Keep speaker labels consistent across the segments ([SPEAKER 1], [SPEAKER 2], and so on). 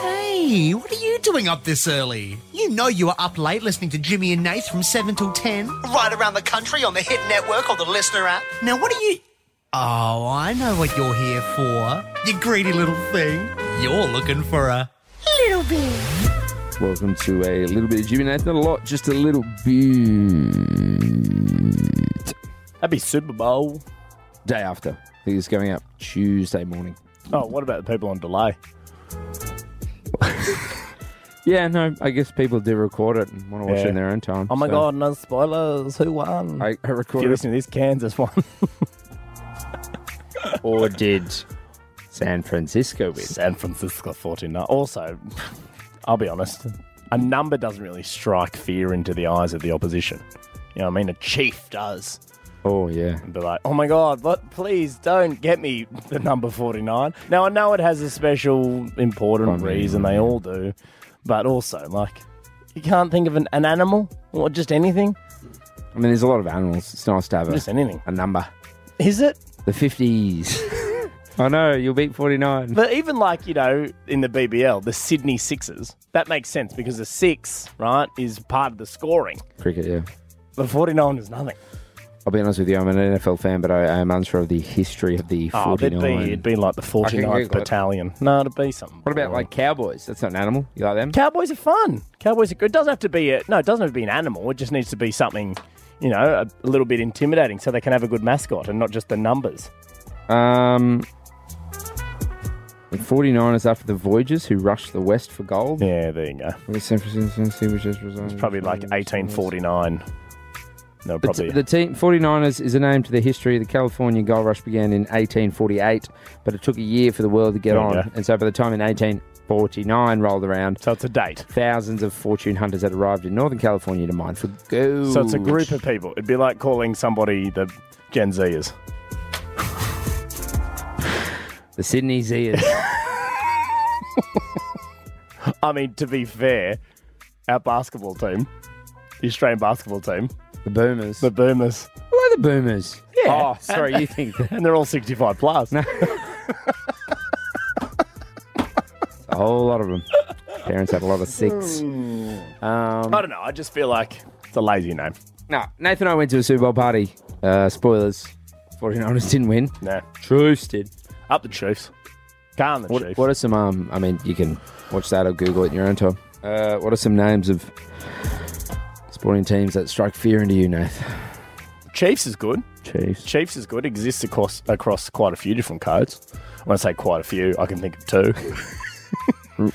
[SPEAKER 1] Hey, what are you doing up this early? You know you were up late listening to Jimmy and Nath from 7 till 10, right around the country on the Hit Network or the Listener app. Now, what are you. Oh, I know what you're here for. You greedy little thing. You're looking for a. Little bit.
[SPEAKER 2] Welcome to a little bit of Jimmy Nath. Not a lot, just a little bit.
[SPEAKER 3] Happy Super Bowl.
[SPEAKER 2] Day after. I think it's going out Tuesday morning.
[SPEAKER 3] Oh, what about the people on delay?
[SPEAKER 2] Yeah, no, I guess people do record it and want to watch it
[SPEAKER 3] Yeah.
[SPEAKER 2] in their own time.
[SPEAKER 3] Oh my
[SPEAKER 2] so
[SPEAKER 3] god, no spoilers. Who won?
[SPEAKER 2] I, I
[SPEAKER 3] if you're
[SPEAKER 2] recorded
[SPEAKER 3] listening to this, Kansas won.
[SPEAKER 2] or did San Francisco win?
[SPEAKER 3] San Francisco 49. Also, I'll be honest, a number doesn't really strike fear into the eyes of the opposition. You know what I mean? A chief does.
[SPEAKER 2] Oh, yeah.
[SPEAKER 3] And be like, oh my God, what, please don't get me the number 49. Now, I know it has a special important
[SPEAKER 2] Funny,
[SPEAKER 3] reason, they
[SPEAKER 2] yeah.
[SPEAKER 3] all do, but also, like, you can't think of an, an animal or just anything.
[SPEAKER 2] I mean, there's a lot of animals. It's nice to have
[SPEAKER 3] Just
[SPEAKER 2] a,
[SPEAKER 3] anything.
[SPEAKER 2] a number.
[SPEAKER 3] Is it?
[SPEAKER 2] The 50s. I know, you'll beat 49.
[SPEAKER 3] But even like, you know, in the BBL, the Sydney Sixers, that makes sense because the six, right, is part of the scoring.
[SPEAKER 2] Cricket, yeah.
[SPEAKER 3] The 49 is nothing.
[SPEAKER 2] I'll be honest with you, I'm an NFL fan, but I, I am unsure of the history of the
[SPEAKER 3] Oh,
[SPEAKER 2] 49.
[SPEAKER 3] it'd be, it'd be like the
[SPEAKER 2] Google
[SPEAKER 3] 49th
[SPEAKER 2] it.
[SPEAKER 3] Battalion. No, it'd be something.
[SPEAKER 2] what about like cowboys? That's not an animal. You like them?
[SPEAKER 3] Cowboys are fun. Cowboys are good. It doesn't have to be a, no, it doesn't have to be an animal. It just needs to be something, you know, a little bit intimidating so they can have a good mascot and not just the numbers.
[SPEAKER 2] Um, the 49ers after the Voyagers who rushed the West for gold.
[SPEAKER 3] Yeah, there you go.
[SPEAKER 2] Where San Francisco, Tennessee, which is resigned.
[SPEAKER 3] Probably like 1849.
[SPEAKER 2] The, t-
[SPEAKER 3] No, probably.
[SPEAKER 2] the team 49ers is a name to the history. The California gold rush began in 1848, but it took a year for the world to get
[SPEAKER 3] There you
[SPEAKER 2] on.
[SPEAKER 3] go.
[SPEAKER 2] And so by the time in 1849 rolled around,
[SPEAKER 3] so it's a date.
[SPEAKER 2] thousands of fortune hunters had arrived in Northern California to mine for gold.
[SPEAKER 3] So it's a group of people. It'd be like calling somebody the Gen Zers.
[SPEAKER 2] the Sydney Zeers.
[SPEAKER 3] I mean, to be fair, our basketball team, the Australian basketball team,
[SPEAKER 2] The boomers.
[SPEAKER 3] the Boomers,
[SPEAKER 2] Who are the boomers?
[SPEAKER 3] Yeah.
[SPEAKER 2] Oh, sorry, you think that.
[SPEAKER 3] and they're all 65 plus.
[SPEAKER 2] A whole lot of them. Parents had a lot of six. Um,
[SPEAKER 3] I don't know. I just feel like it's a lazy name.
[SPEAKER 2] no, Nathan and I went to a Super Bowl party. Uh, spoilers. 49ers didn't win.
[SPEAKER 3] No.
[SPEAKER 2] Truce did.
[SPEAKER 3] Up the Chiefs. Calm the
[SPEAKER 2] What,
[SPEAKER 3] Chiefs.
[SPEAKER 2] what are some, um, I mean, you can watch that or Google it in your own time. Uh, what are some names of sporting teams that strike fear into you, Nath?
[SPEAKER 3] Chiefs is good.
[SPEAKER 2] Chiefs.
[SPEAKER 3] Chiefs is good. Exists across across quite a few different codes. When I say quite a few, I can think of two.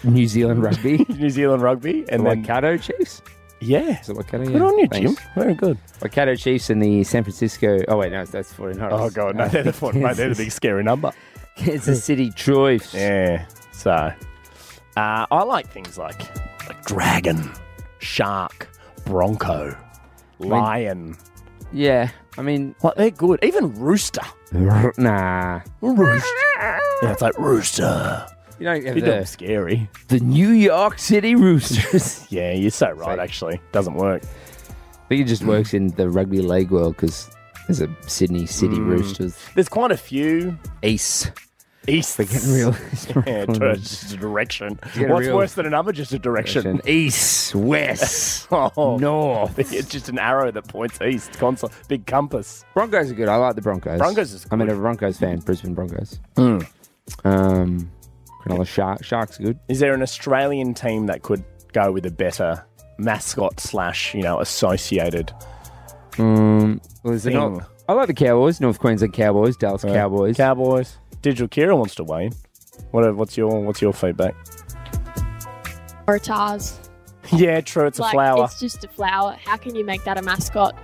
[SPEAKER 2] New Zealand rugby.
[SPEAKER 3] New Zealand rugby and then
[SPEAKER 2] Waikato Chiefs.
[SPEAKER 3] yeah.
[SPEAKER 2] Is it Waikato?
[SPEAKER 3] Good on you,
[SPEAKER 2] thanks.
[SPEAKER 3] Jim. Very good.
[SPEAKER 2] Waikato Chiefs and the San Francisco. Oh, wait, no, that's Uh, 49ers.
[SPEAKER 3] Oh god, no, they're the four, mate, they're the big scary number.
[SPEAKER 2] Kansas City Chiefs.
[SPEAKER 3] Yeah. So, uh, I like things like like dragon, shark, bronco, lion.
[SPEAKER 2] Yeah, I mean,
[SPEAKER 3] Like they're good. Even rooster.
[SPEAKER 2] nah.
[SPEAKER 3] Rooster. Yeah, it's like rooster.
[SPEAKER 2] You don't get
[SPEAKER 3] You know,
[SPEAKER 2] the,
[SPEAKER 3] scary.
[SPEAKER 2] the New York City Roosters.
[SPEAKER 3] Yeah, you're so right.
[SPEAKER 2] like-
[SPEAKER 3] Actually, doesn't work.
[SPEAKER 2] I think it just works in the rugby league world because there's a Sydney City Roosters.
[SPEAKER 3] There's quite a few
[SPEAKER 2] Ace.
[SPEAKER 3] east.
[SPEAKER 2] They're getting real.
[SPEAKER 3] Yeah, dir- just a direction.
[SPEAKER 2] getting
[SPEAKER 3] What's
[SPEAKER 2] real.
[SPEAKER 3] worse than another? Just a direction.
[SPEAKER 2] East, west,
[SPEAKER 3] Oh.
[SPEAKER 2] north.
[SPEAKER 3] It's just an arrow that points east. Console, big compass.
[SPEAKER 2] Broncos are good. I like the Broncos.
[SPEAKER 3] Broncos is
[SPEAKER 2] I mean,
[SPEAKER 3] good.
[SPEAKER 2] a Broncos fan. Brisbane Broncos. Um, Cronulla Shark. Sharks are good.
[SPEAKER 3] Is there an Australian team that could go with a better mascot slash, you know, associated?
[SPEAKER 2] Well, is it
[SPEAKER 3] Thing.
[SPEAKER 2] not- I like the Cowboys. North Queensland Cowboys. Dallas Cowboys.
[SPEAKER 3] Cowboys. Digital Kira wants to weigh in. What, what's your what's your feedback?
[SPEAKER 4] Or a tars.
[SPEAKER 3] Yeah, true. It's a
[SPEAKER 4] like,
[SPEAKER 3] flower.
[SPEAKER 4] It's just a flower. How can you make that a mascot?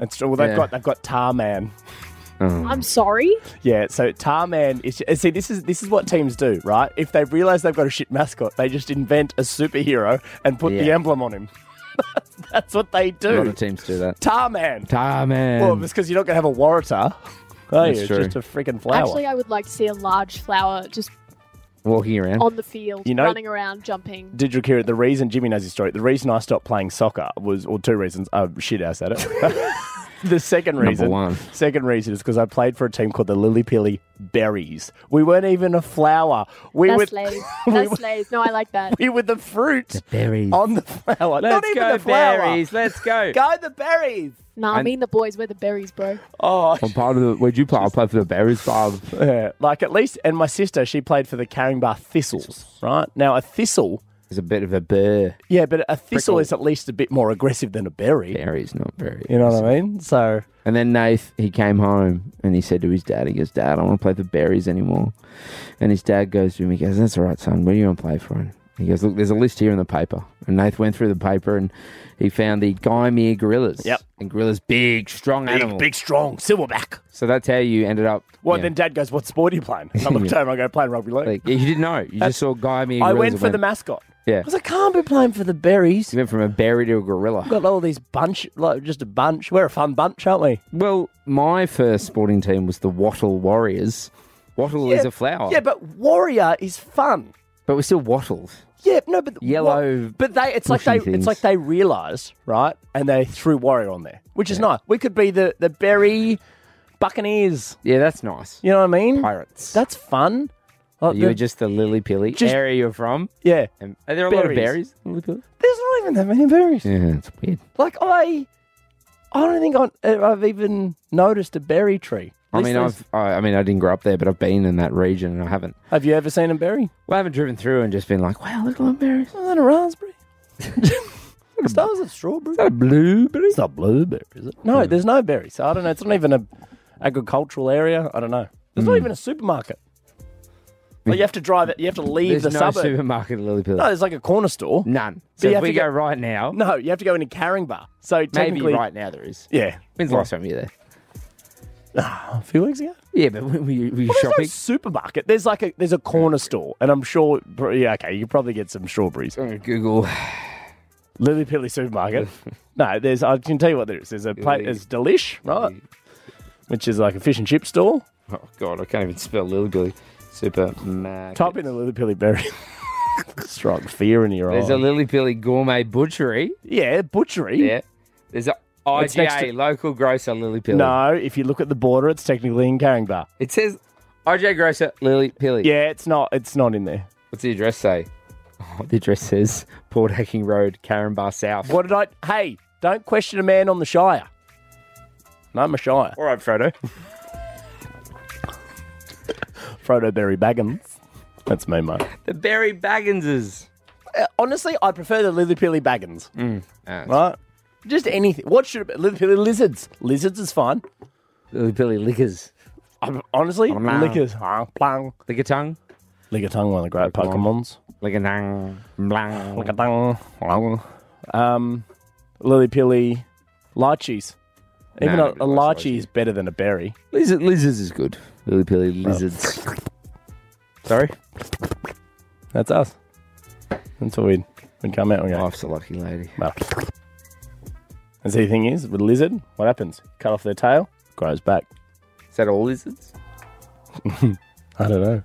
[SPEAKER 3] It's true. Well, they've
[SPEAKER 2] Yeah.
[SPEAKER 3] got they've got Tar Man. Mm.
[SPEAKER 4] I'm sorry.
[SPEAKER 3] Yeah, so Tar Man is and see this is this is what teams do, right? If they realise they've got a shit mascot, they just invent a superhero and put the
[SPEAKER 2] Yeah.
[SPEAKER 3] emblem on him. That's what they
[SPEAKER 2] a lot
[SPEAKER 3] do.
[SPEAKER 2] of teams do that.
[SPEAKER 3] Tar Man.
[SPEAKER 2] Time man.
[SPEAKER 3] Well, it's because you're not going to have a Waratah. Are
[SPEAKER 2] That's
[SPEAKER 3] you? It's
[SPEAKER 2] true.
[SPEAKER 3] Just a freaking flower.
[SPEAKER 4] Actually, I would like to see a large flower just
[SPEAKER 2] Walking around.
[SPEAKER 3] Oh,
[SPEAKER 4] on the field,
[SPEAKER 3] You know-
[SPEAKER 4] running around, jumping.
[SPEAKER 3] Didrik Kira, the reason Jimmy knows his story, the reason I stopped playing soccer was, or two reasons, I'm shit ass at it. the second
[SPEAKER 2] Number
[SPEAKER 3] reason,
[SPEAKER 2] one.
[SPEAKER 3] second reason is because I played for a team called the Lily Pilly Berries. We weren't even a flower. We
[SPEAKER 4] That's
[SPEAKER 3] were
[SPEAKER 4] slays. That's slays. No, I like that.
[SPEAKER 3] we were the fruit
[SPEAKER 2] Berries.
[SPEAKER 3] on the flower. oh, Not
[SPEAKER 5] Let's
[SPEAKER 3] even
[SPEAKER 5] go,
[SPEAKER 3] the flower.
[SPEAKER 5] berries. Let's go.
[SPEAKER 3] Go the berries.
[SPEAKER 4] Nah, I mean the boys we're the berries, bro.
[SPEAKER 3] Oh,
[SPEAKER 2] I'm part of the. Where'd you play? I played for the Berries Club.
[SPEAKER 3] yeah. like at least. And my sister, she played for the Caringbah Thistles. Right now, a thistle.
[SPEAKER 2] It's a bit of a bear.
[SPEAKER 3] Yeah, but a thistle
[SPEAKER 2] Prickle.
[SPEAKER 3] is at least a bit more aggressive than a berry.
[SPEAKER 2] Berries, not berries.
[SPEAKER 3] You know what I mean? So
[SPEAKER 2] And then Nath, he came home and he said to his dad, he goes, Dad, I don't want to play for berries anymore. And his dad goes to him, he goes, That's all right, son. Where do you want to play for? And he goes, Look, there's a list here in the paper. And Nath went through the paper and he found the Guymere gorillas.
[SPEAKER 3] Yep.
[SPEAKER 2] And gorillas, big, strong animal.
[SPEAKER 3] big, strong silverback.
[SPEAKER 2] So that's how you ended up.
[SPEAKER 3] Well,
[SPEAKER 2] yeah.
[SPEAKER 3] then Dad goes, "What sport are you playing?" And I looked over. I go, "Playing rugby league."
[SPEAKER 2] Like, you didn't know. You just saw Guymere gorillas.
[SPEAKER 3] I went
[SPEAKER 2] and
[SPEAKER 3] for the mascot.
[SPEAKER 2] Yeah.
[SPEAKER 3] Because I can't be playing for the berries.
[SPEAKER 2] You went from a berry to a gorilla.
[SPEAKER 3] Got all these bunch, like just a bunch. We're a fun bunch, aren't we?
[SPEAKER 2] Well, my first sporting team was the Wattle Warriors. Wattle is a flower.
[SPEAKER 3] Yeah, but warrior is fun.
[SPEAKER 2] but we're still wattles.
[SPEAKER 3] Yeah, no, but
[SPEAKER 2] Yellow
[SPEAKER 3] what- but they, it's like
[SPEAKER 2] bushy
[SPEAKER 3] they,
[SPEAKER 2] things.
[SPEAKER 3] it's like they realised, right? And they threw warrior on there, which is nice. We could be the the berry buccaneers.
[SPEAKER 2] Yeah, that's nice.
[SPEAKER 3] You know what I mean?
[SPEAKER 2] Pirates.
[SPEAKER 3] That's fun. Like
[SPEAKER 2] You
[SPEAKER 3] the-
[SPEAKER 2] were just the lily pilly
[SPEAKER 3] Just-
[SPEAKER 2] area you're from.
[SPEAKER 3] yeah.
[SPEAKER 2] And are there a lot of berries?
[SPEAKER 3] Berries.
[SPEAKER 2] Lily pilly?
[SPEAKER 3] There's not even that many berries.
[SPEAKER 2] Yeah, it's weird.
[SPEAKER 3] Like I, I don't think I, I've even noticed a berry tree.
[SPEAKER 2] I
[SPEAKER 3] At least
[SPEAKER 2] mean,
[SPEAKER 3] there's-
[SPEAKER 2] I've, I, I mean, I didn't grow up there, but I've been in that region and I haven't.
[SPEAKER 3] have you ever seen a berry?
[SPEAKER 2] Well, I haven't driven through and just been like, wow, look at all the berries. Is
[SPEAKER 3] Is that a raspberry? It's not a strawberry.
[SPEAKER 2] that a blueberry?
[SPEAKER 3] It's not blueberry, is it? No, there's no berries. So I don't know. It's not even a agricultural area. I don't know. There's not even a supermarket. Like you have to drive it. You have to leave
[SPEAKER 2] There's
[SPEAKER 3] the
[SPEAKER 2] no
[SPEAKER 3] suburb.
[SPEAKER 2] supermarket in lily pilly.
[SPEAKER 3] no, there's like a corner store.
[SPEAKER 2] None. So
[SPEAKER 3] you
[SPEAKER 2] if
[SPEAKER 3] have
[SPEAKER 2] we
[SPEAKER 3] to
[SPEAKER 2] go
[SPEAKER 3] get-
[SPEAKER 2] right now,
[SPEAKER 3] No, you have to go into Caringbah. So
[SPEAKER 2] maybe
[SPEAKER 3] technically,
[SPEAKER 2] right now there is.
[SPEAKER 3] Yeah,
[SPEAKER 2] When's the last time you were there?
[SPEAKER 3] a few weeks ago.
[SPEAKER 2] Yeah, but when were you, were you
[SPEAKER 3] There's no
[SPEAKER 2] shopping?
[SPEAKER 3] supermarket. There's like a there's a corner store, and I'm sure. Yeah, okay, you could probably get some strawberries.
[SPEAKER 2] I'm gonna Google.
[SPEAKER 3] Lily Pilly supermarket. no, there's. I can tell you what there is. There's a plate. There's Delish, right? Which is like a fish and chip store.
[SPEAKER 2] Oh, God, I can't even spell lily pilly. Supermarket.
[SPEAKER 3] Type in the Lily Pilly berry. Strong fear in your eyes.
[SPEAKER 2] There's a lily pilly gourmet butchery.
[SPEAKER 3] yeah, butchery.
[SPEAKER 2] Yeah. There's a
[SPEAKER 3] It's next
[SPEAKER 2] IGA
[SPEAKER 3] to-
[SPEAKER 2] local grocer Lily Pilly.
[SPEAKER 3] No, if you look at the border, it's technically in Caringbah.
[SPEAKER 2] It says IGA grocer Lily Pilly.
[SPEAKER 3] Yeah, it's not. It's not in there.
[SPEAKER 2] What's the address say? Oh, the address says Port Hacking Road, Carinbar South.
[SPEAKER 3] What did I? Hey, don't question a man on the Shire. No, I'm a Shire.
[SPEAKER 2] All right, Frodo.
[SPEAKER 3] Frodo Berry Baggins. That's me, mate.
[SPEAKER 2] The Barry Bagginses.
[SPEAKER 3] Uh, honestly, I prefer the Lily Pilly Baggins.
[SPEAKER 2] Ah,
[SPEAKER 3] Right? Just anything. What should it be? Lily Pilly Lizards. Lizards is fine.
[SPEAKER 2] Lily Pilly Lickers.
[SPEAKER 3] I'm, honestly,
[SPEAKER 2] no.
[SPEAKER 3] Lickers. Huh? Plang.
[SPEAKER 2] Lickertongue.
[SPEAKER 3] Lickertongue, one of the great Pokemons.
[SPEAKER 2] Lickertongue. Blang.
[SPEAKER 3] Lickertongue. Plang. Um, Lily Pilly Lychees. Even
[SPEAKER 2] Nah,
[SPEAKER 3] a, a
[SPEAKER 2] nobody likes
[SPEAKER 3] lychee is better than a berry.
[SPEAKER 2] Lizard, lizards is good. Lily Pilly Lizards.
[SPEAKER 3] Sorry? That's us. That's what we'd, we'd come out and go.
[SPEAKER 2] Life's a lucky lady.
[SPEAKER 3] Well. And see, the thing is, with a lizard, what happens? Cut off their tail, grows back.
[SPEAKER 2] Is that all lizards?
[SPEAKER 3] I don't know.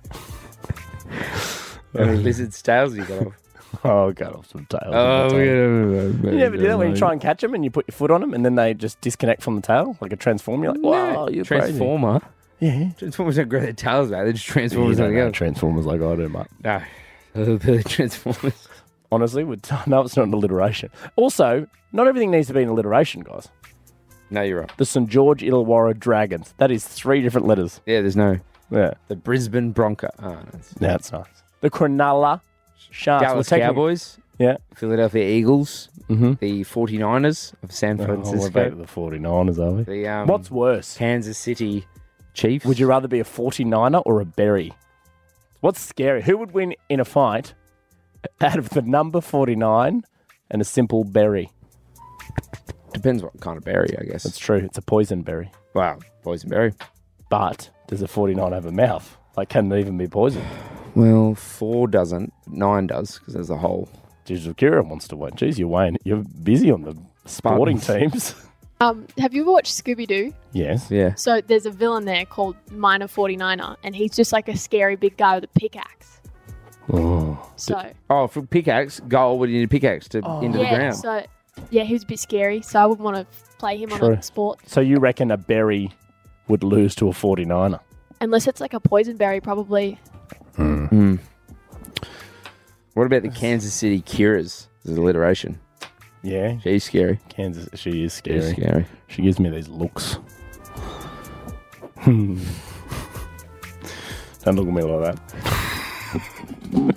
[SPEAKER 2] How many lizards' tails you got off?
[SPEAKER 3] Oh, cut off some tails.
[SPEAKER 2] yeah.
[SPEAKER 3] You ever do that when you try and catch them and you put your foot on them and then they just disconnect from the tail like a transformer? You're like, wow, you're transform.
[SPEAKER 2] Transformer.
[SPEAKER 3] Yeah.
[SPEAKER 2] Transformers don't grow their tails out. They just transform
[SPEAKER 3] You
[SPEAKER 2] into
[SPEAKER 3] don't
[SPEAKER 2] something
[SPEAKER 3] know
[SPEAKER 2] else.
[SPEAKER 3] transformers like I do, mate.
[SPEAKER 2] No. Lily Pilly Transformers.
[SPEAKER 3] Honestly, with no, it's not an alliteration. Also, not everything needs to be an alliteration, guys.
[SPEAKER 2] No, you're right.
[SPEAKER 3] The St George Illawarra Dragons. That is three different letters.
[SPEAKER 2] Yeah, there's no.
[SPEAKER 3] Yeah,
[SPEAKER 2] The Brisbane Bronco. Oh, no, it's-
[SPEAKER 3] that's nice. The Cronulla Sharks.
[SPEAKER 2] Dallas
[SPEAKER 3] Well, technically-
[SPEAKER 2] Cowboys,
[SPEAKER 3] Yeah.
[SPEAKER 2] Philadelphia Eagles,
[SPEAKER 3] Mhm.
[SPEAKER 2] the 49ers of San
[SPEAKER 3] Oh, we're
[SPEAKER 2] Francisco,
[SPEAKER 3] back to the 49ers, are we?
[SPEAKER 2] the um,
[SPEAKER 3] What's worse?
[SPEAKER 2] Kansas City Chiefs.
[SPEAKER 3] Would you rather be a 49er or a berry? What's scary? Who would win in a fight out of the number 49 and a simple berry?
[SPEAKER 2] Depends what kind of berry, I guess.
[SPEAKER 3] It's true, it's a poison berry.
[SPEAKER 2] wow, boysenberry.
[SPEAKER 3] But does a 49 have a mouth? Like, can it even be poisoned?
[SPEAKER 2] Well, four doesn't. Nine does, because there's a whole.
[SPEAKER 3] Digital Kira wants to win. Jeez, you're Wayne. You're busy on the sporting teams.
[SPEAKER 4] Um, have you ever watched Scooby Doo?
[SPEAKER 3] yes.
[SPEAKER 2] Yeah.
[SPEAKER 4] So there's a villain there called Minor 49er, and he's just like a scary big guy with a pickaxe.
[SPEAKER 3] Oh.
[SPEAKER 4] So
[SPEAKER 2] Oh, for pickaxe, goal, what do you need a pickaxe to into the
[SPEAKER 4] yeah,
[SPEAKER 2] ground?
[SPEAKER 4] so Yeah, he was a bit scary, so I wouldn't want to play him on
[SPEAKER 3] True.
[SPEAKER 4] a sport.
[SPEAKER 3] So you reckon a berry would lose to a 49er?
[SPEAKER 4] Unless it's like a poison berry, probably.
[SPEAKER 2] What about the Kansas City Curas? There's alliteration.
[SPEAKER 3] Yeah,
[SPEAKER 2] She's scary.
[SPEAKER 3] Kansas. She is scary.
[SPEAKER 2] She's scary.
[SPEAKER 3] She gives me these looks. Hmm. Don't look at me like that.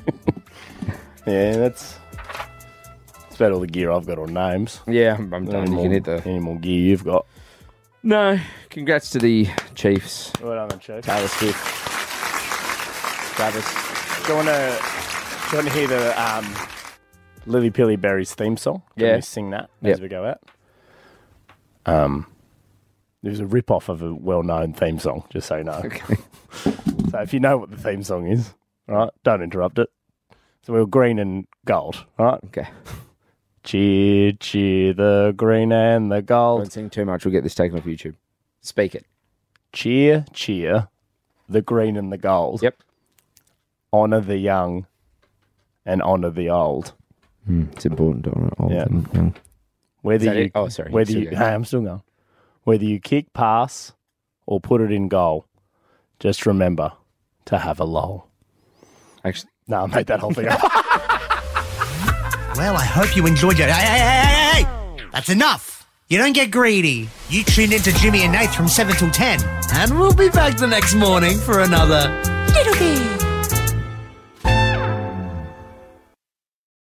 [SPEAKER 3] yeah, that's that's about all the gear I've got on names.
[SPEAKER 2] Yeah, I'm, I'm done.
[SPEAKER 3] Any
[SPEAKER 2] You
[SPEAKER 3] more-
[SPEAKER 2] can hit the.
[SPEAKER 3] any more gear you've got?
[SPEAKER 2] No. Congrats to the Chiefs.
[SPEAKER 3] Right on the check. Travis Swift. Travis, do you want to do you want to hear the um, Lily Pilly Berry's theme song? Do you
[SPEAKER 2] Yeah.
[SPEAKER 3] wanna sing that
[SPEAKER 2] Yep.
[SPEAKER 3] as we go out. Um, it was a rip off of a well-known theme song. Just so you know.
[SPEAKER 2] Okay.
[SPEAKER 3] So if you know what the theme song is, all right, don't interrupt it. So we were green and gold, all right?
[SPEAKER 2] Okay.
[SPEAKER 3] Cheer, cheer the green and the
[SPEAKER 2] Don't
[SPEAKER 3] gold.
[SPEAKER 2] sing too much. We'll get this taken off YouTube. Speak it.
[SPEAKER 3] Cheer, cheer the green and the gold.
[SPEAKER 2] Yep.
[SPEAKER 3] Honor the young and honor the old.
[SPEAKER 2] It's important to honor all
[SPEAKER 3] Yeah.
[SPEAKER 2] of them. young. Is
[SPEAKER 3] Whether
[SPEAKER 2] that
[SPEAKER 3] you,
[SPEAKER 2] it? Oh, sorry.
[SPEAKER 3] Whether
[SPEAKER 2] Still
[SPEAKER 3] you,
[SPEAKER 2] going.
[SPEAKER 3] hey, I'm still going. Whether you kick, pass, or put it in goal, just remember to have a lull.
[SPEAKER 2] Actually,
[SPEAKER 3] No, I made that whole thing up.
[SPEAKER 1] Well, I hope you enjoyed your. Hey, hey, hey, hey, hey! That's enough. You don't get greedy. You tuned in to Jimmy and Nate from 7 till 10. And we'll be back the next morning for another
[SPEAKER 5] Little bit.